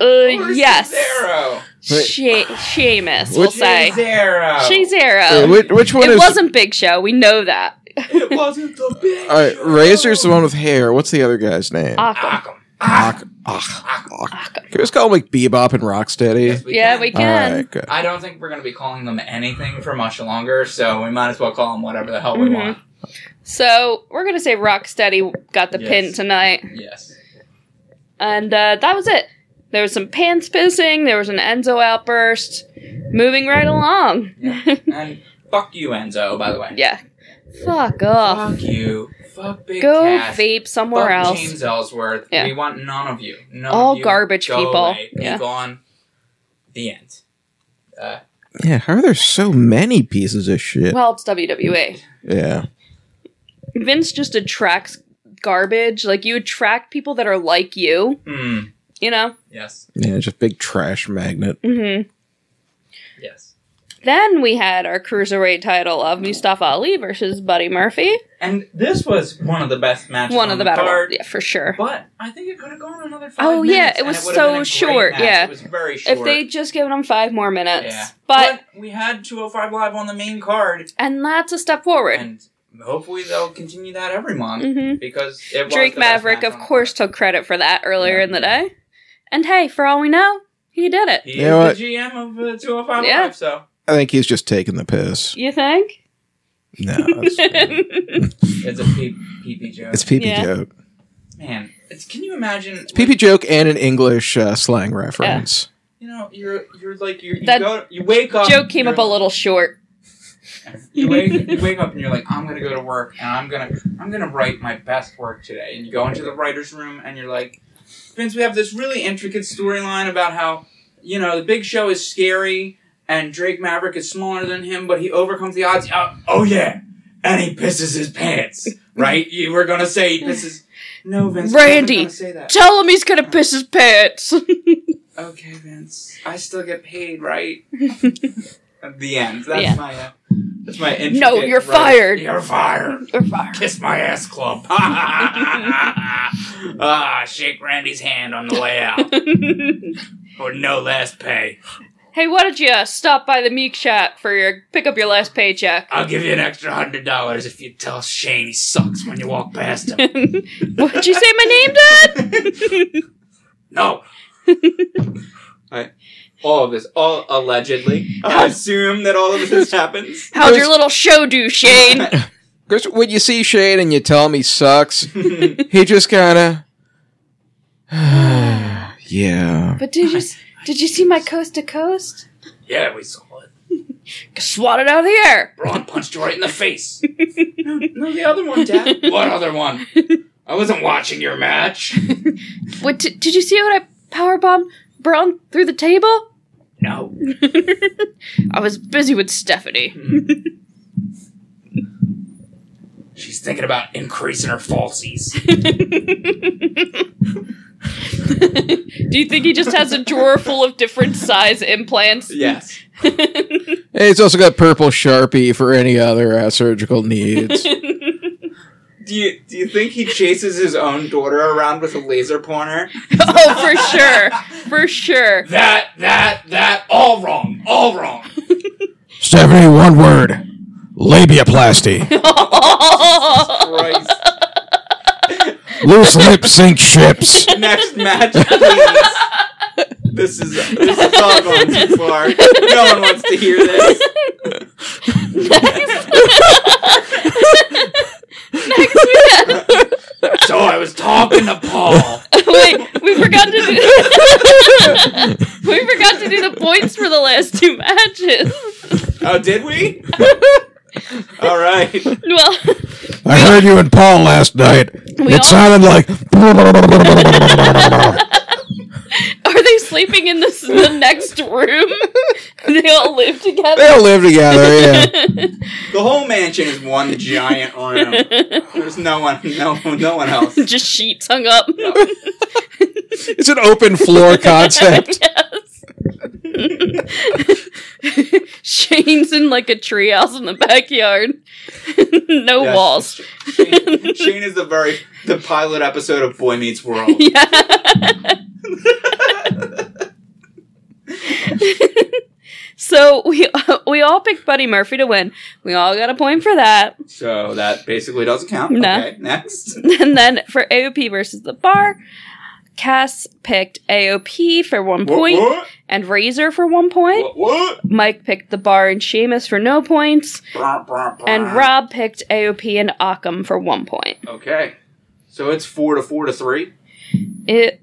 S2: Uh,
S1: Or
S2: yes.
S1: Cesaro.
S3: Wait.
S2: She- Sheamus, we'll
S3: Which-
S2: say.
S1: Cesaro.
S3: Uh,
S2: Shazero.
S3: which, which one
S2: It
S3: is?
S2: wasn't Big Show. We know that.
S1: It wasn't the big.
S3: all right,
S1: show.
S3: Razor's the one with hair. What's the other guy's name?
S2: Awkward.
S1: Occam.
S3: Ock, Ock, Ock. Can we just call him like Bebop and Rocksteady?
S1: Yes,
S2: Yeah,
S1: can.
S2: we
S3: All
S2: can.
S3: right, good.
S1: I don't think we're going to be calling them anything for much longer, so we might as well call them whatever the hell we
S2: Mhm.
S1: want.
S2: So we're going to say Rocksteady got the
S1: Yes.
S2: pin tonight.
S1: Yes.
S2: And uh, that was it. There was some pants pissing. There was an Enzo outburst. Moving right along.
S1: Yeah. and Fuck you, Enzo. By the way.
S2: Yeah. Fuck off.
S1: Fuck you. Fuck Big
S2: Go
S1: Cass.
S2: vape somewhere
S1: Fuck
S2: else.
S1: James Ellsworth.
S2: Yeah.
S1: We want none of you. None
S2: All
S1: of you.
S2: garbage
S1: Go
S2: people.
S1: Away. Be
S2: Yeah.
S1: gone. The end. Uh,
S3: Yeah, how are there so many pieces of shit?
S2: Well, it's E. WWE.
S3: yeah.
S2: Vince just attracts garbage. Like you attract people that are like you.
S1: hmm.
S2: You know.
S1: Yes.
S3: Yeah, just big trash magnet.
S2: hmm
S1: Yes.
S2: Then we had our cruiserweight title of Mustafa Ali versus Buddy Murphy.
S1: And this was one of the best matches.
S2: One
S1: on
S2: of the
S1: the
S2: battle,
S1: card.
S2: yeah, for sure.
S1: But I think it could have gone another five.
S2: Oh,
S1: minutes,
S2: yeah, it
S1: and
S2: was
S1: would've
S2: so
S1: been a great
S2: short,
S1: match.
S2: yeah.
S1: it was very short.
S2: If they just given him five more minutes,
S1: Yeah.
S2: but,
S1: we had 205 Live on the main card,
S2: and that's a step forward.
S1: and hopefully they'll continue that every month
S2: hmm
S1: because it was
S2: Drake
S1: the best
S2: Maverick,
S1: match
S2: of
S1: on the
S2: course, took credit for that earlier
S1: Yeah.
S2: in the day. And hey, for all we know, he did
S1: card.
S2: it.
S1: He
S3: You know what?
S1: is the GM of uh, 205
S2: Yeah.
S1: Live, so
S3: I think he's just taking the piss.
S2: You think?
S3: No, it's,
S1: it's a pee- pee joke.
S3: it's pee pee
S2: Yeah.
S3: joke.
S1: Man, it's, can you imagine?
S3: It's pee pee joke and an English uh, slang reference.
S1: You know, you're you're like you're, you
S2: That
S1: go you wake up.
S2: Joke came up a
S1: you're-
S2: little short.
S1: You wake, you wake up and you're like, I'm gonna go to work and I'm gonna I'm gonna write my best work today. And you go into the writer's room and you're like, Vince, we have this really intricate storyline about how, you know, the big show is scary and Drake Maverick is smaller than him, but he overcomes the odds. Oh, oh yeah. And he pisses his pants. Right? You were gonna say he pisses No Vince,
S2: Randy.
S1: I'm gonna say that.
S2: Tell him he's gonna piss his pants.
S1: Okay, Vince. I still get paid, right? At the end. That's
S2: Yeah.
S1: my uh, that's my intricate
S2: No, you're
S1: write-
S2: fired.
S1: You're fired.
S2: You're fired.
S1: Kiss my ass club. ah, shake Randy's hand on the way out. For no last pay.
S2: Hey, why don't you uh, stop by the Meek Shack for your pick up your last paycheck?
S1: I'll give you an extra hundred dollars if you tell Shane he sucks when you walk past him.
S2: What'd you say my name, Dad?
S1: No. I, all of this, all allegedly. I assume that all of this happens.
S2: How'd your little show do, Shane?
S3: Chris, when you see Shane and you tell him he sucks, he just kind of. yeah.
S2: But did you s- did you see my coast to coast?
S1: yeah, we saw it.
S2: Swatted out of the air.
S1: Braun punched you right in the face. no, no, the other one, Dad. What other one? I wasn't watching your match.
S2: What did, did you see what I power bombed Brown through the table?
S1: No.
S2: I was busy with Stephanie.
S1: She's thinking about increasing her falsies.
S2: Do you think he just has a drawer full of different size implants?
S1: Yes.
S3: And he's also got purple Sharpie for any other uh, surgical needs.
S1: Do you do you think he chases his own daughter around with a laser pointer?
S2: oh, for sure, for sure.
S1: That that that all wrong, all wrong.
S3: 71 word labiaplasty.
S2: Oh,
S1: Christ.
S3: Loose lip sync ships.
S1: Next match, please. This is this is all going too far. No one wants to hear this.
S2: Next we had
S1: So I was talking to Paul.
S2: wait, we forgot to do we forgot to do the points for the last two matches.
S1: Oh, did we? All right.
S2: Well,
S3: I heard you and Paul last night.
S2: We all-
S3: it sounded like.
S2: are they sleeping in this the next room? they all live
S3: they
S2: together.
S3: all live together, yeah.
S1: The whole mansion is one giant room. There's no one, no, no one else.
S2: just sheets hung up.
S3: It's an open floor concept.
S2: yes. Shane's in like a treehouse in the backyard. no
S1: Yes.
S2: walls.
S1: Shane, Shane is the very the pilot episode of Boy Meets World.
S2: Yeah. so we we all picked Buddy Murphy to win. We all got a point for that.
S1: So that basically doesn't count.
S2: No.
S1: Okay, next.
S2: And then for AOP versus the bar, Cass picked AOP for one point
S1: What?
S2: and Razor for one point.
S1: What? what?
S2: Mike picked the bar and Sheamus for no points,
S1: Brr, brr, brr.
S2: and Rob picked AOP and Occam for one point.
S1: Okay. So it's four to four to three.
S2: It.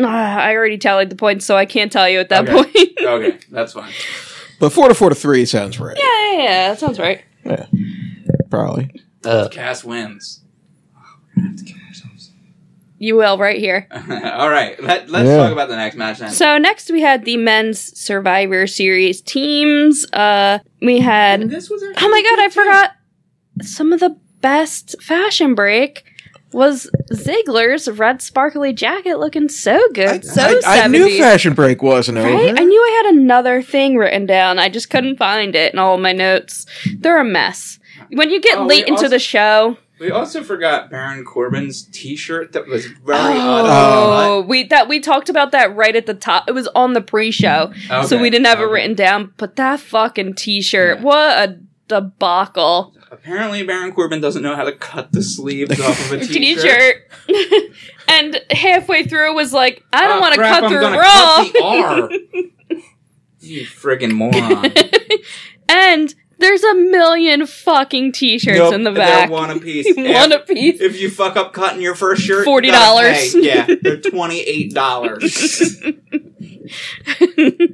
S2: uh, Ah, I already tallied the points, so I can't tell you at that
S1: Okay.
S2: point.
S1: Okay, that's fine.
S3: But four to four to three sounds right.
S2: Yeah, yeah, yeah. That sounds right.
S3: Probably.
S4: Uh,
S1: Cass wins. Oh, we're gonna have to kill ourselves.
S2: You will right here.
S1: All right, let, let's
S3: Yeah.
S1: talk about the next match then.
S2: So next we had the men's Survivor Series teams. Uh, we
S1: And
S2: had
S1: this was actually
S2: oh my god, I
S1: good, too.
S2: forgot some of the best fashion break was Ziggler's red sparkly jacket looking so good. so
S3: I, I
S2: 70s.
S3: knew Fashion Break wasn't
S2: Right?
S3: over.
S2: I knew I had another thing written down. I just couldn't find it in all my notes. They're a mess. When you get
S1: Oh,
S2: late
S1: we
S2: into
S1: also-
S2: the show,
S1: We also forgot Baron Corbin's T-shirt that was very odd.
S2: oh, we that we talked about that right at the top. It was on the pre-show.
S1: Okay,
S2: So we didn't have it
S1: okay.
S2: written down, but that fucking t-shirt,
S1: Yeah.
S2: what a debacle.
S1: Apparently, Baron Corbin doesn't know how to cut the sleeves off of a T-shirt.
S2: T-shirt. and halfway through was like, I don't
S1: Oh,
S2: want to
S1: crap,
S2: cut
S1: I'm
S2: through
S1: gonna
S2: raw.
S1: cut the R. you friggin' moron.
S2: and there's a million fucking t-shirts
S1: Nope,
S2: in the
S1: they're
S2: back.
S1: one apiece.
S2: One
S1: If-
S2: apiece.
S1: If you fuck up cutting your first shirt, you
S2: $40.
S1: gotta pay. Yeah, they're twenty eight dollars.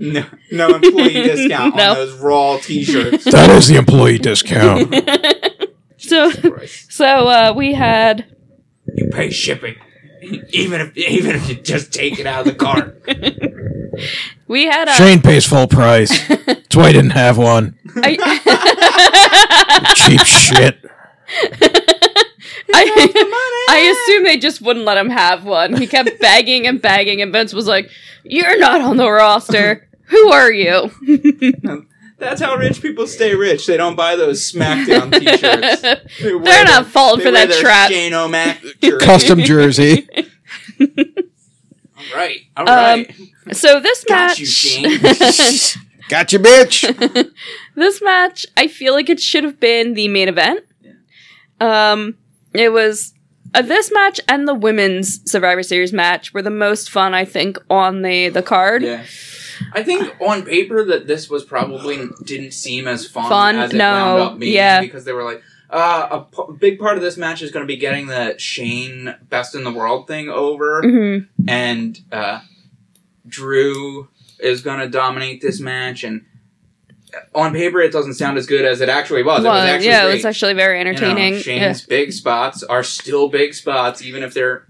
S1: no, no employee discount
S2: No.
S1: on those raw T-shirts.
S3: That is the employee discount.
S2: So
S1: Christ.
S2: so uh, we had
S1: you pay shipping, even if even if you just take it out of the cart.
S2: we had a
S3: Shane pays full price. That's why he didn't have one.
S2: I-
S3: Cheap shit.
S2: I, I assume they just wouldn't let him have one. He kept begging and begging, and Vince was like, "You're not on the roster. Who are you?"
S1: That's how rich people stay rich. They don't buy those SmackDown T-shirts. They wear
S2: They're not
S1: their-
S2: falling
S1: they
S2: for
S1: wear
S2: that
S1: their
S2: trap.
S1: Shane O'Mac jersey.
S3: Custom jersey.
S1: All right, all
S2: Um,
S1: right.
S2: So this
S1: Got
S2: match,
S1: you, Shane.
S3: Got you, bitch.
S2: this match, I feel like it should have been the main event. Um, it was uh, this match and the women's Survivor Series match were the most fun I think on the the card.
S1: Yeah. I think on paper that this was probably didn't seem as fun,
S2: Fun,
S1: as it
S2: no,
S1: wound up being
S2: yeah.
S1: because they were like, uh, a p- big part of this match is going to be getting the Shane best in the world thing over,
S2: Mhm.
S1: and uh, Drew is going to dominate this match. And on paper, it doesn't sound as good as it actually Oh, was. it
S2: Well,
S1: was actually
S2: yeah,
S1: great.
S2: it was actually very
S1: You know,
S2: entertaining. Yeah.
S1: Shane's big spots are still big spots, even if they're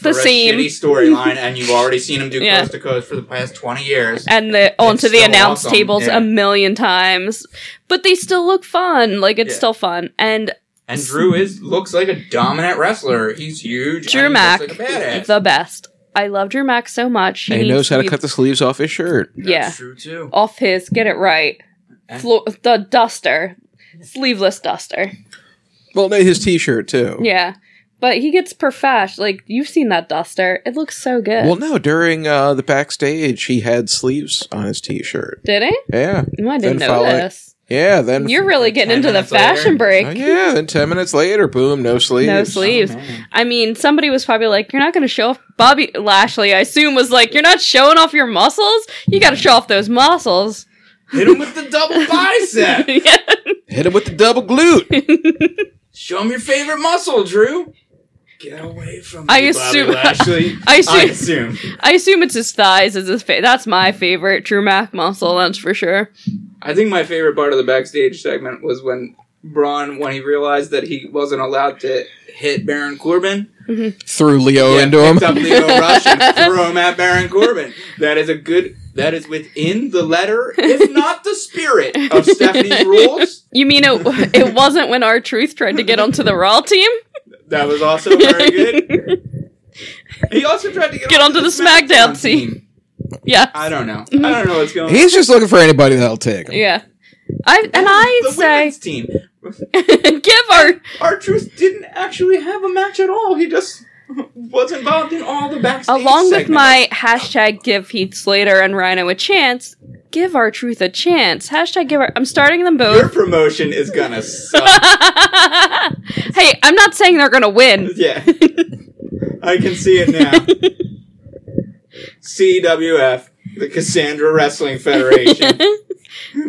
S2: The
S1: for
S2: same.
S1: a shitty storyline, and you've already seen him do
S2: Yeah.
S1: coast to coast for the past twenty years.
S2: and the onto the
S1: still
S2: announce
S1: awesome,
S2: tables
S1: yeah.
S2: a million times, but they still look fun. Like it's
S1: Yeah.
S2: still fun. And
S1: And Drew is looks like a dominant wrestler. He's huge.
S2: Drew
S1: and
S2: Mack,
S1: he looks like a badass.
S2: the best. I love Drew Mack so much.
S3: And he
S2: needs
S3: knows how to
S2: be
S3: cut the sleeves off his shirt.
S1: That's
S2: yeah.
S1: Drew too.
S2: off his. Get it right.
S1: And-
S2: Flo- the duster, sleeveless duster.
S3: Well, no, his T-shirt too.
S2: Yeah, but he gets perfect. Like you've seen that duster. It looks so good.
S3: Well, no, during uh, the backstage, he had sleves on his T-shirt.
S2: Did it?
S3: Yeah,
S2: No, I
S3: Then
S2: didn't know
S3: follow it.
S2: this.
S3: yeah. Then
S2: You're really getting
S1: Ten
S2: into the
S1: minutes later.
S2: fashion
S3: Oh,
S2: break.
S3: yeah. Then ten minutes later, boom, no sleeves.
S2: No sleeves.
S1: Oh, man.
S2: I mean, somebody was probably like, "You're not going to show off." Bobby Lashley, I assume, was like, "You're not showing off your muscles. You got to show off those muscles."
S1: Hit him with the double bicep.
S2: yeah.
S3: Hit him with the double glute.
S1: Show him your favorite muscle, Drew. Get away from me,
S2: I
S1: Bobby
S2: assume-
S1: Lashley.
S2: I assume-
S1: I assume.
S2: I assume it's his thighs is his fa- That's my favorite Drew Mac muscle. That's for sure.
S1: I think my favorite part of the backstage segment was when Braun, when he realized that he wasn't allowed to hit Baron Corbin,
S3: Threw Leo
S1: yeah,
S3: into him.
S1: picked up Leo Rush and threw him at Baron Corbin. That is a good. That is within the letter, if not the spirit, of Stephanie's rules.
S2: You mean it? It wasn't when our truth tried to get onto the Raw team,
S1: That was also very good. He also tried to get,
S2: Get onto the SmackDown team. yeah,
S1: I don't know. I don't know what's going. on.
S3: He's just looking for anybody that'll take him.
S2: yeah. I and
S1: the
S2: I'd say
S1: women's team.
S2: give our
S1: Our truth didn't actually have a match at all. He just was involved in all the backstage.
S2: along with
S1: segments.
S2: my hashtag give Heath Slater and Rhino a chance. Give our truth a chance. Hashtag give our. I'm starting them
S1: Your
S2: both.
S1: promotion is gonna suck.
S2: hey, I'm not saying they're gonna win.
S1: yeah. I can see it now. CWF, the Cassandra Wrestling Federation.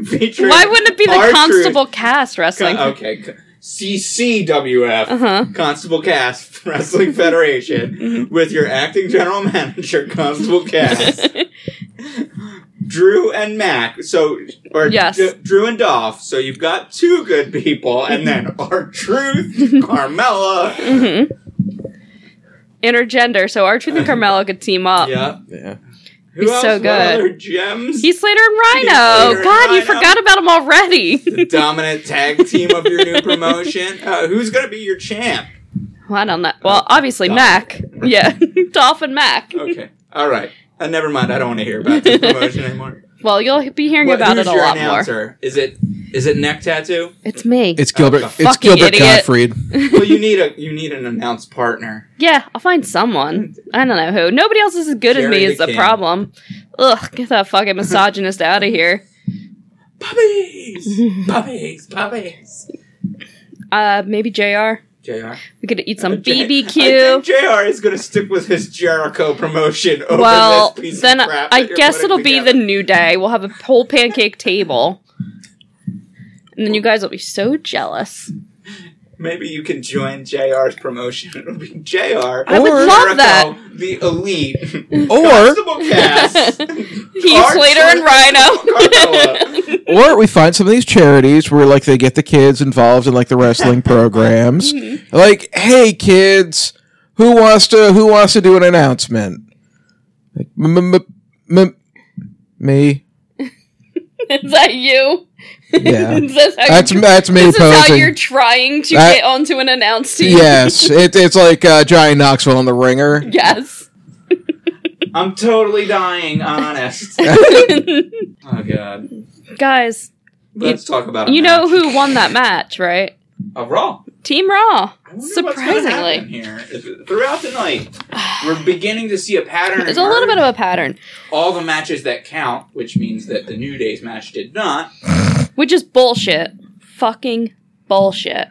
S1: featuring
S2: Why wouldn't it be the
S1: R-Truth.
S2: Constable Cast wrestling?
S1: Con- okay. co- CCWF,
S2: Uh-huh.
S1: Constable Cass Wrestling
S2: Mm-hmm.
S1: Federation, with your acting general manager, Constable Cass, Drew and Mac, so or
S2: Yes.
S1: D- Drew and Dolph. So you've got two good people, and then our Truth, Carmella.
S2: Mm-hmm. Intergender, so Archer and Carmelo could team up.
S1: Yeah,
S3: Yeah.
S1: Who
S2: Uh, He's
S1: else?
S2: so
S1: What
S2: good.
S1: other gems?
S2: He's Slater and
S1: Heath
S2: Rhino.
S1: Slater and
S2: God, you
S1: Rhino.
S2: forgot about him already.
S1: the dominant tag team of your new promotion. Uh, who's gonna be your champ?
S2: Well, I don't know. Well, obviously
S1: Dolph.
S2: Mac. Yeah, Dolph and Mac.
S1: Okay, all right. Uh, never mind. I don't want to hear about this promotion anymore.
S2: Well, you'll be hearing
S1: What-
S2: about
S1: who's
S2: it a
S1: your
S2: lot more.
S1: announcer? Is it is it neck tattoo?
S2: It's me.
S3: It's Gilbert.
S1: Oh,
S3: it's
S2: fucking
S3: Gilbert
S2: idiot.
S3: Gottfried.
S1: Well, you need a you need an announced partner.
S2: yeah, I'll find someone. I don't know who. Nobody else is as good as
S1: Jerry
S2: me
S1: the
S2: is the
S1: King.
S2: problem. Ugh, get that fucking misogynist out of here.
S1: Puppies, puppies, puppies.
S2: Uh, maybe Jr.
S1: Jr.
S2: We could eat some
S1: J- I think
S2: BBQ.
S1: Jr. is going to stick with his Jericho promotion over
S2: Well,
S1: this piece
S2: then
S1: of crap.
S2: I guess it'll be the new day. We'll have a whole pancake table, and then you guys will be so jealous.
S1: the. Maybe you can join Jr's promotion. It'll be Jr. I
S2: would love that.
S1: The elite.
S3: Or
S1: Constable Cass.
S2: Heath Slater and Rhino.
S3: or we find some of these charities where like they get the kids involved in like the wrestling programs.
S2: Mm-hmm.
S3: Like, hey kids, who wants to who wants to do an announcement? Like, m- m- m- m- me.
S2: Is that you?
S3: Yeah.
S2: Is this how you
S3: That's that's me
S2: this is how you're
S3: posing.
S2: trying to
S3: That-
S2: get onto an announce team.
S3: Yes, it, it's like uh, Johnny Knoxville on the ringer.
S2: yes.
S1: I'm totally dying, honest. oh, God.
S2: Guys,
S1: Let's talk about it.
S2: you know who won that match, right?
S1: A Raw.
S2: Team Raw.
S1: I wonder What's gonna happen
S2: Surprisingly.
S1: here. If- Throughout the night, we're beginning to see a pattern.
S2: There's a little
S1: emerge.
S2: bit of a pattern,
S1: all the matches that count, which means that the New Day's match did not.
S2: which is bullshit. Fucking bullshit.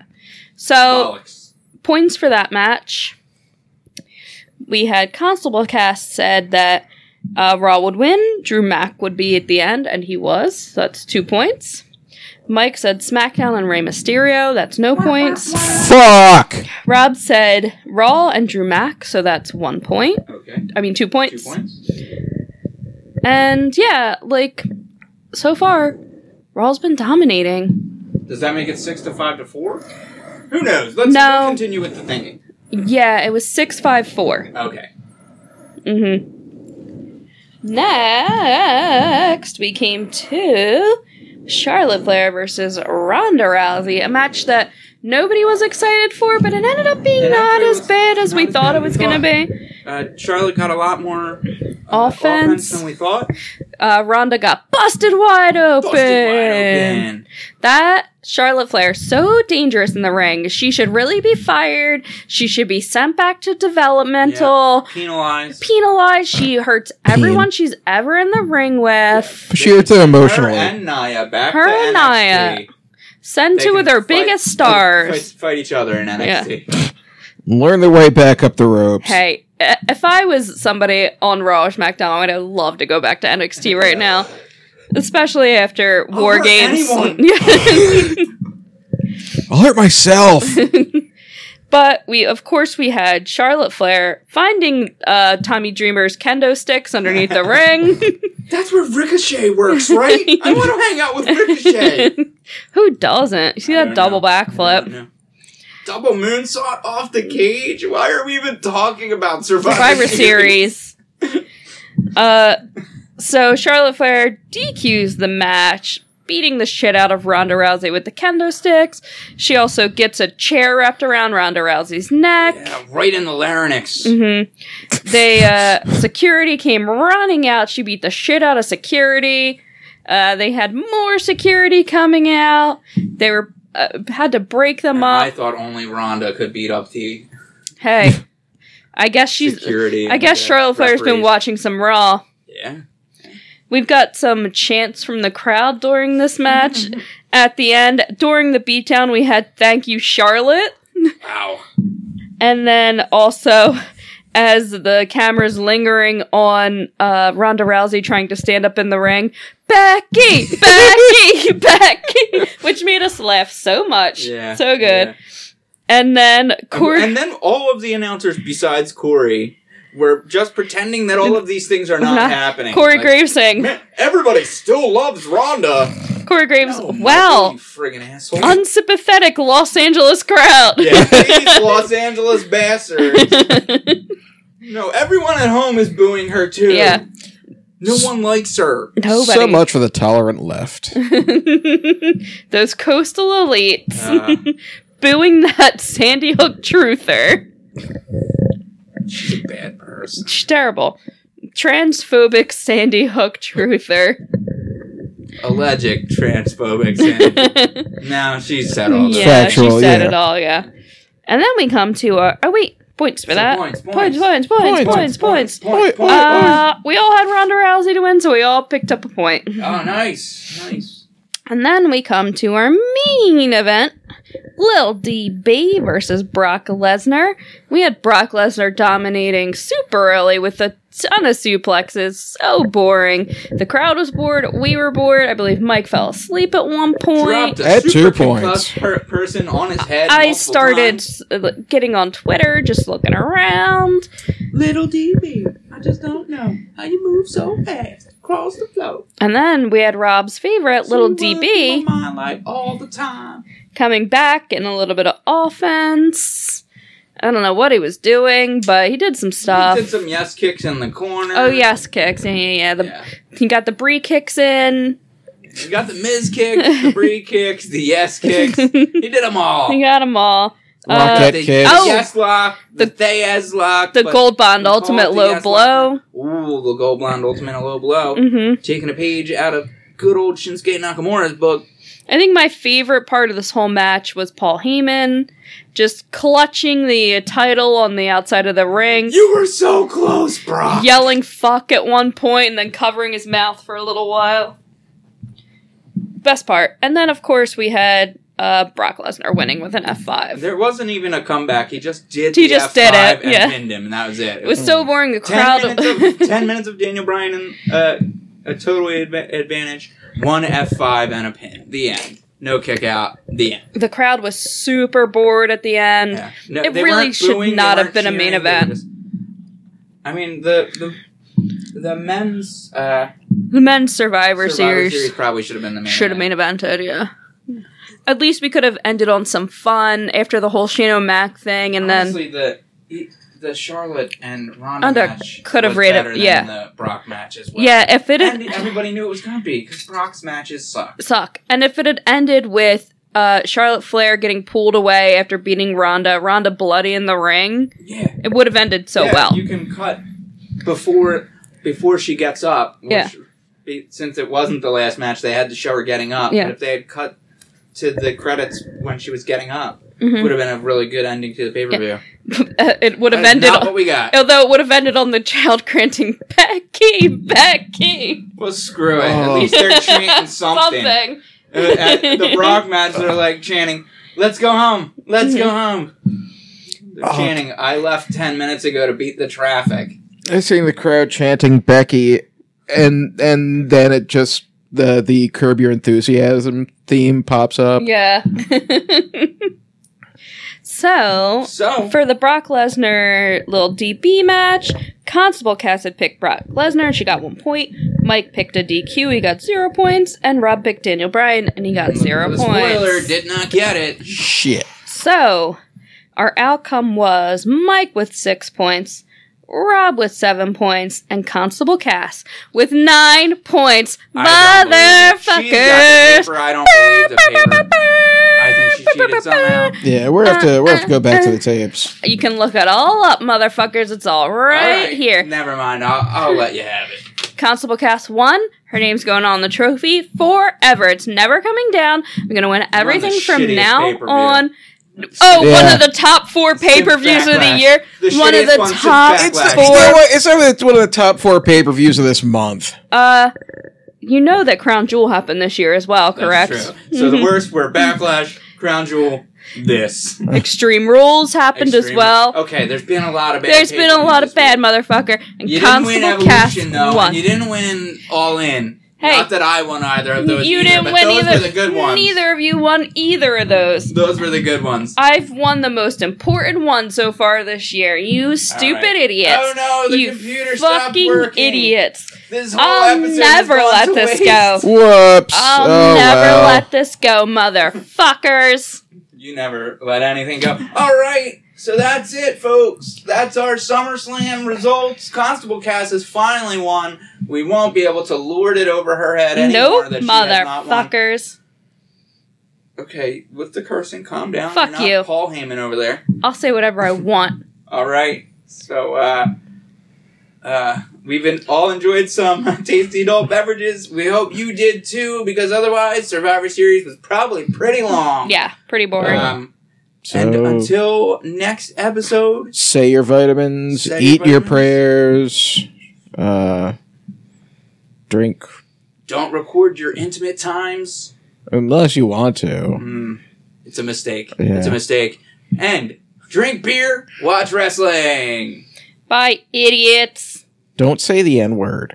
S2: So,
S1: Bollocks.
S2: points for that match. We had Constable Cast said that uh, Raw would win, Drew Mack would be at the end, and he was. So that's two points. Mike said SmackDown and Rey Mysterio. That's no points.
S3: Fuck.
S2: Rob said Raw and Drew Mack, so that's one point.
S1: Okay,
S2: I mean, two
S1: two
S2: points.
S1: points.
S2: And yeah, like, so far, Raw's been dominating.
S1: Does that make it six to five to four? Who knows? Let's
S2: No.
S1: we'll continue with the thinking.
S2: Yeah, it was 654.
S1: Okay.
S2: Mm hmm. Next, we came to Charlotte Flair versus Ronda Rousey, a match that nobody was excited for, but it ended up being
S1: It
S2: not
S1: actually
S2: as
S1: was
S2: bad as
S1: not
S2: we
S1: as
S2: thought
S1: bad
S2: it
S1: as
S2: was
S1: we
S2: going to
S1: thought.
S2: be.
S1: Uh, Charlotte got a lot more uh,
S2: Offense.
S1: than we thought.
S2: Uh, Ronda got busted wide open.
S1: Busted wide open.
S2: That Charlotte Flair so dangerous in the ring. She should really be fired. She should be sent back to developmental.
S1: Penalized.
S2: Penalized. She hurts everyone she's ever in the ring with.
S3: She hurts it
S1: Her
S3: emotionally.
S1: and Naya back
S2: Her
S1: to
S2: and
S1: NXT.
S2: Nia. Send
S1: They
S2: two
S1: can
S2: of their
S1: fight-
S2: biggest
S1: Fight,
S2: stars.
S1: fight each other in NXT.
S3: Learn their way back up the ropes.
S2: Hey, i- if I was somebody on Raw or SmackDown, I would have loved to go back to NXT right now. Especially after War
S1: Over
S2: Games.
S1: anyone.
S3: I'll hurt myself.
S2: But we, of course, we had Charlotte Flair finding uh, Tommy Dreamer's kendo sticks underneath the ring.
S1: That's where Ricochet works, right? I want to hang out with Ricochet.
S2: Who doesn't? See
S1: I
S2: that
S1: don't
S2: double
S1: know. I don't
S2: backflip?
S1: know. Double moonsault off the cage? Why are we even talking about Survivor,
S2: Survivor Series. Uh, so Charlotte Flair DQs the match, beating the shit out of Ronda Rousey with the kendo sticks. She also gets a chair wrapped around Ronda Rousey's neck.
S1: Yeah, right in the larynx.
S2: hmm They uh, security came running out. She beat the shit out of security. Uh, they had more security coming out. They were uh, had to break them
S1: And I
S2: up.
S1: thought only Rhonda could beat up the
S2: hey, I guess she's.
S1: security.
S2: I
S1: and
S2: guess
S1: the
S2: Charlotte Flair's been
S1: referees.
S2: watching some Raw.
S1: Yeah.
S2: We've got some chants from the crowd during this match. At the end, during the beatdown, we had "Thank you, Charlotte."
S1: Wow.
S2: And then also, as the camera's lingering on uh, Ronda Rousey trying to stand up in the ring, Becky, Becky, Becky, which made us laugh so much.
S1: Yeah.
S2: So good.
S1: yeah.
S2: And then Corey.
S1: And then all of the announcers besides Corey We're just pretending that all of these things are not,
S2: Not-
S1: happening.
S2: Uh-huh. Corey
S1: Like,
S2: Graves saying,
S1: "Man, everybody still loves Rhonda.
S2: Corey Graves,
S1: No, Michael,
S2: wow,
S1: you friggin' asshole.
S2: unsympathetic Los Angeles crowd.
S1: yeah, these Los Angeles bastards. No, everyone at home is booing her too.
S2: Yeah.
S1: No one likes her.
S2: Nobody.
S3: So much for the tolerant left.
S2: Those coastal elites
S1: Uh,
S2: booing that Sandy Hook truther.
S1: she's a bad person.
S2: It's terrible. Transphobic Sandy Hook truther.
S1: Allergic, transphobic. Sandy. now she's said all that.
S2: yeah,
S3: Factual,
S2: she said
S3: yeah.
S2: it all, yeah. And then we come to our. Oh, wait, points for
S1: So
S2: that.
S1: points,
S2: points,
S1: points.
S2: points, points,
S3: Points,
S2: points, points.
S3: Point, point,
S2: Uh, we all had Ronda Rousey to win, so we all picked up a point.
S1: Oh, nice, nice.
S2: And then we come to our main event Lil DB versus Brock Lesnar. We had Brock Lesnar dominating super early with a ton of suplexes. So boring. The crowd was bored. We were bored. I believe Mike fell asleep at one point.
S1: Dropped a
S3: At
S1: super
S3: two
S1: concussed
S3: points.
S1: per- person on his head.
S2: I
S1: multiple
S2: started
S1: times.
S2: uh, getting on Twitter, just looking around.
S1: Little DB, I just don't know how you move so fast across the floor.
S2: And then we had Rob's favorite, Little
S1: She runs
S2: DB,
S1: through my mind like all the time.
S2: coming back and a little bit of offense. I don't know what he was doing, but he did some
S1: He
S2: stuff.
S1: did some yes kicks in the corner.
S2: Oh yes, kicks. Yeah, yeah, yeah. The,
S1: Yeah.
S2: He got the Brie kicks in.
S1: You got the Miz kicks, the Bree kicks, the yes kicks. Oh. He did them all.
S2: He got them all.
S3: Rocket
S1: the
S3: kicks.
S2: Oh.
S1: yes lock, the,
S2: The-
S1: Theaz lock,
S2: The
S1: but
S2: gold bond
S1: we call it
S2: ultimate
S1: the
S2: low
S1: yes
S2: blow.
S1: lock. Ooh, the gold blonde ultimate low blow.
S2: hmm
S1: Taking a page out of good old Shinsuke Nakamura's book.
S2: I think my favorite part of this whole match was Paul Heyman just clutching the title on the outside of the ring,
S1: You were so close, bro.
S2: yelling "fuck" at one point, and then covering his mouth for a little while. Best part, and then of course we had uh, Brock Lesnar winning with an F five.
S1: There wasn't even a comeback. He just did.
S2: He
S1: the
S2: just
S1: F5
S2: did it,
S1: And
S2: yeah.
S1: pinned him, and that was it.
S2: It was so boring. The crowd.
S1: Mm. ten minutes of ten minutes of Daniel Bryan and uh, a totally adva- advantage. One F five and a pin. The end. No kick out. The end.
S2: the crowd was super bored at the end.
S1: Yeah. No,
S2: Mm. It
S1: they
S2: really
S1: weren't
S2: should
S1: booing, they
S2: not have
S1: weren't
S2: been a main
S1: cheering, they were
S2: event.
S1: just- I mean the the the men's uh,
S2: The men's Survivor,
S1: Survivor
S2: Series,
S1: series. probably should have been the main.
S2: should have
S1: event.
S2: main evented, yeah. At least we could have ended on some fun after the whole Shano Mac thing, and
S1: Honestly, the e, the Charlotte and Ronda
S2: Under-
S1: match
S2: could have
S1: was
S2: rated-
S1: better than
S2: yeah.
S1: the Brock match as
S2: then
S1: well.
S2: yeah, if it
S1: and
S2: had
S1: everybody knew it was gonna be because Brock's matches suck.
S2: suck, and if it had ended with uh, Charlotte Flair getting pulled away after beating Ronda, Ronda bloody in the ring,
S1: Yeah.
S2: it would have ended so
S1: Yeah,
S2: well.
S1: You can cut before before she gets up. which-
S2: Yeah.
S1: be- Since it wasn't the last match, they had to show her getting up.
S2: Yeah.
S1: But if they had cut to the credits when she was getting up,
S2: Mhm.
S1: would have been a really good ending to the pay per view.
S2: Uh, it would have
S1: That's
S2: ended.
S1: not
S2: on-
S1: what we got.
S2: Although it would have ended on the child granting Becky, Becky,
S1: Well, screw it. At
S3: Oh.
S1: least they're chanting something.
S2: something.
S1: Uh, At the Brock match, they're like chanting, "Let's go home. Let's go
S2: Hmm.
S1: home." They're
S3: Oh.
S1: chanting, "I left ten minutes ago to beat the traffic."
S3: I seen the crowd chanting Becky, and and then it just the the curb your enthusiasm theme pops up.
S2: Yeah. so,
S1: So
S2: for the Brock Lesnar little DB match, Constable Cass had picked Brock Lesnar. She got one point. Mike picked a DQ. He got zero points. And Rob picked Daniel Bryan, and he got zero
S1: the
S2: points.
S1: spoiler did not get it.
S3: Shit.
S2: So, our outcome was Mike with six points, Rob with seven points, and Constable Cass with nine points.
S1: I don't believe it. She's got the
S2: Motherfuckers!
S1: paper. I don't believe the paper. I think she cheated somehow.
S3: Yeah, we're have to we have to go back to the tapes.
S2: You can look it all up, motherfuckers. It's all right,
S1: All right,
S2: here.
S1: Never mind. I'll, I'll let you have it.
S2: Constable Cass won. Her name's going on the trophy forever. It's never coming down. I'm going to win everything from
S1: shittiest
S2: now
S1: pay-per-view.
S2: on. Oh, one
S3: Yeah.
S2: of the top four pay per views of the
S1: Backlash.
S2: year.
S1: The
S2: one of
S1: shittiest
S2: the
S1: one since
S2: top
S1: Backlash. It's-
S2: four.
S1: you know
S3: It's, only- it's one of the top four pay per views of this month.
S2: Uh, you know that Crown Jewel happened this year as well, correct? Mm-hmm.
S1: That's true. So the worst were Backlash, Crown Jewel, this.
S2: Extreme Rules happened as
S1: Extreme-
S2: well.
S1: Okay, there's been a lot of bad.
S2: There's been a
S1: pay-per-views
S2: lot of
S1: this week.
S2: bad motherfucker and
S1: You didn't win
S2: Constable Cass
S1: Evolution though,
S2: won.
S1: and you didn't win All In.
S2: Hey,
S1: Not that I won either of those.
S2: you
S1: either,
S2: didn't
S1: but
S2: win
S1: those
S2: either.
S1: Were the good ones.
S2: Neither of you won either of those.
S1: Those were the good ones.
S2: I've won the most important one so far this year. You stupid
S1: right.
S2: idiots.
S1: Oh no, the
S2: you
S1: computer stopped
S2: fucking
S1: working.
S2: idiots.
S1: This whole
S2: I'll
S1: episode has
S2: never
S1: gone
S2: let
S1: to
S2: this
S1: waste.
S2: go.
S3: Whoops.
S2: I'll
S3: oh,
S2: never
S3: well.
S2: let this go, motherfuckers.
S1: You never let anything go. All right, so that's it, folks. That's our SummerSlam results. Constable Cass has finally won. We won't be able to lord it over her head anymore.
S2: Nope,
S1: that she has not won.
S2: motherfuckers.
S1: Okay, with the cursing, calm down.
S2: Fuck
S1: You're not
S2: you.
S1: Paul Heyman over there.
S2: I'll say whatever I want.
S1: All right. So uh, uh, we've been all enjoyed some tasty adult beverages. We hope you did too, because otherwise, Survivor Series was probably pretty long.
S2: Yeah, pretty boring.
S1: Um,
S3: So,
S1: And until next episode,
S3: say your vitamins,
S1: Say your
S3: eat your
S1: vitamins.
S3: prayers, uh, drink
S1: don't record your intimate times.
S3: unless you want to.
S1: Mm, it's a mistake.
S3: Yeah.
S1: It's a mistake. And drink beer, watch wrestling.
S2: Bye, idiots.
S3: Don't say the N word.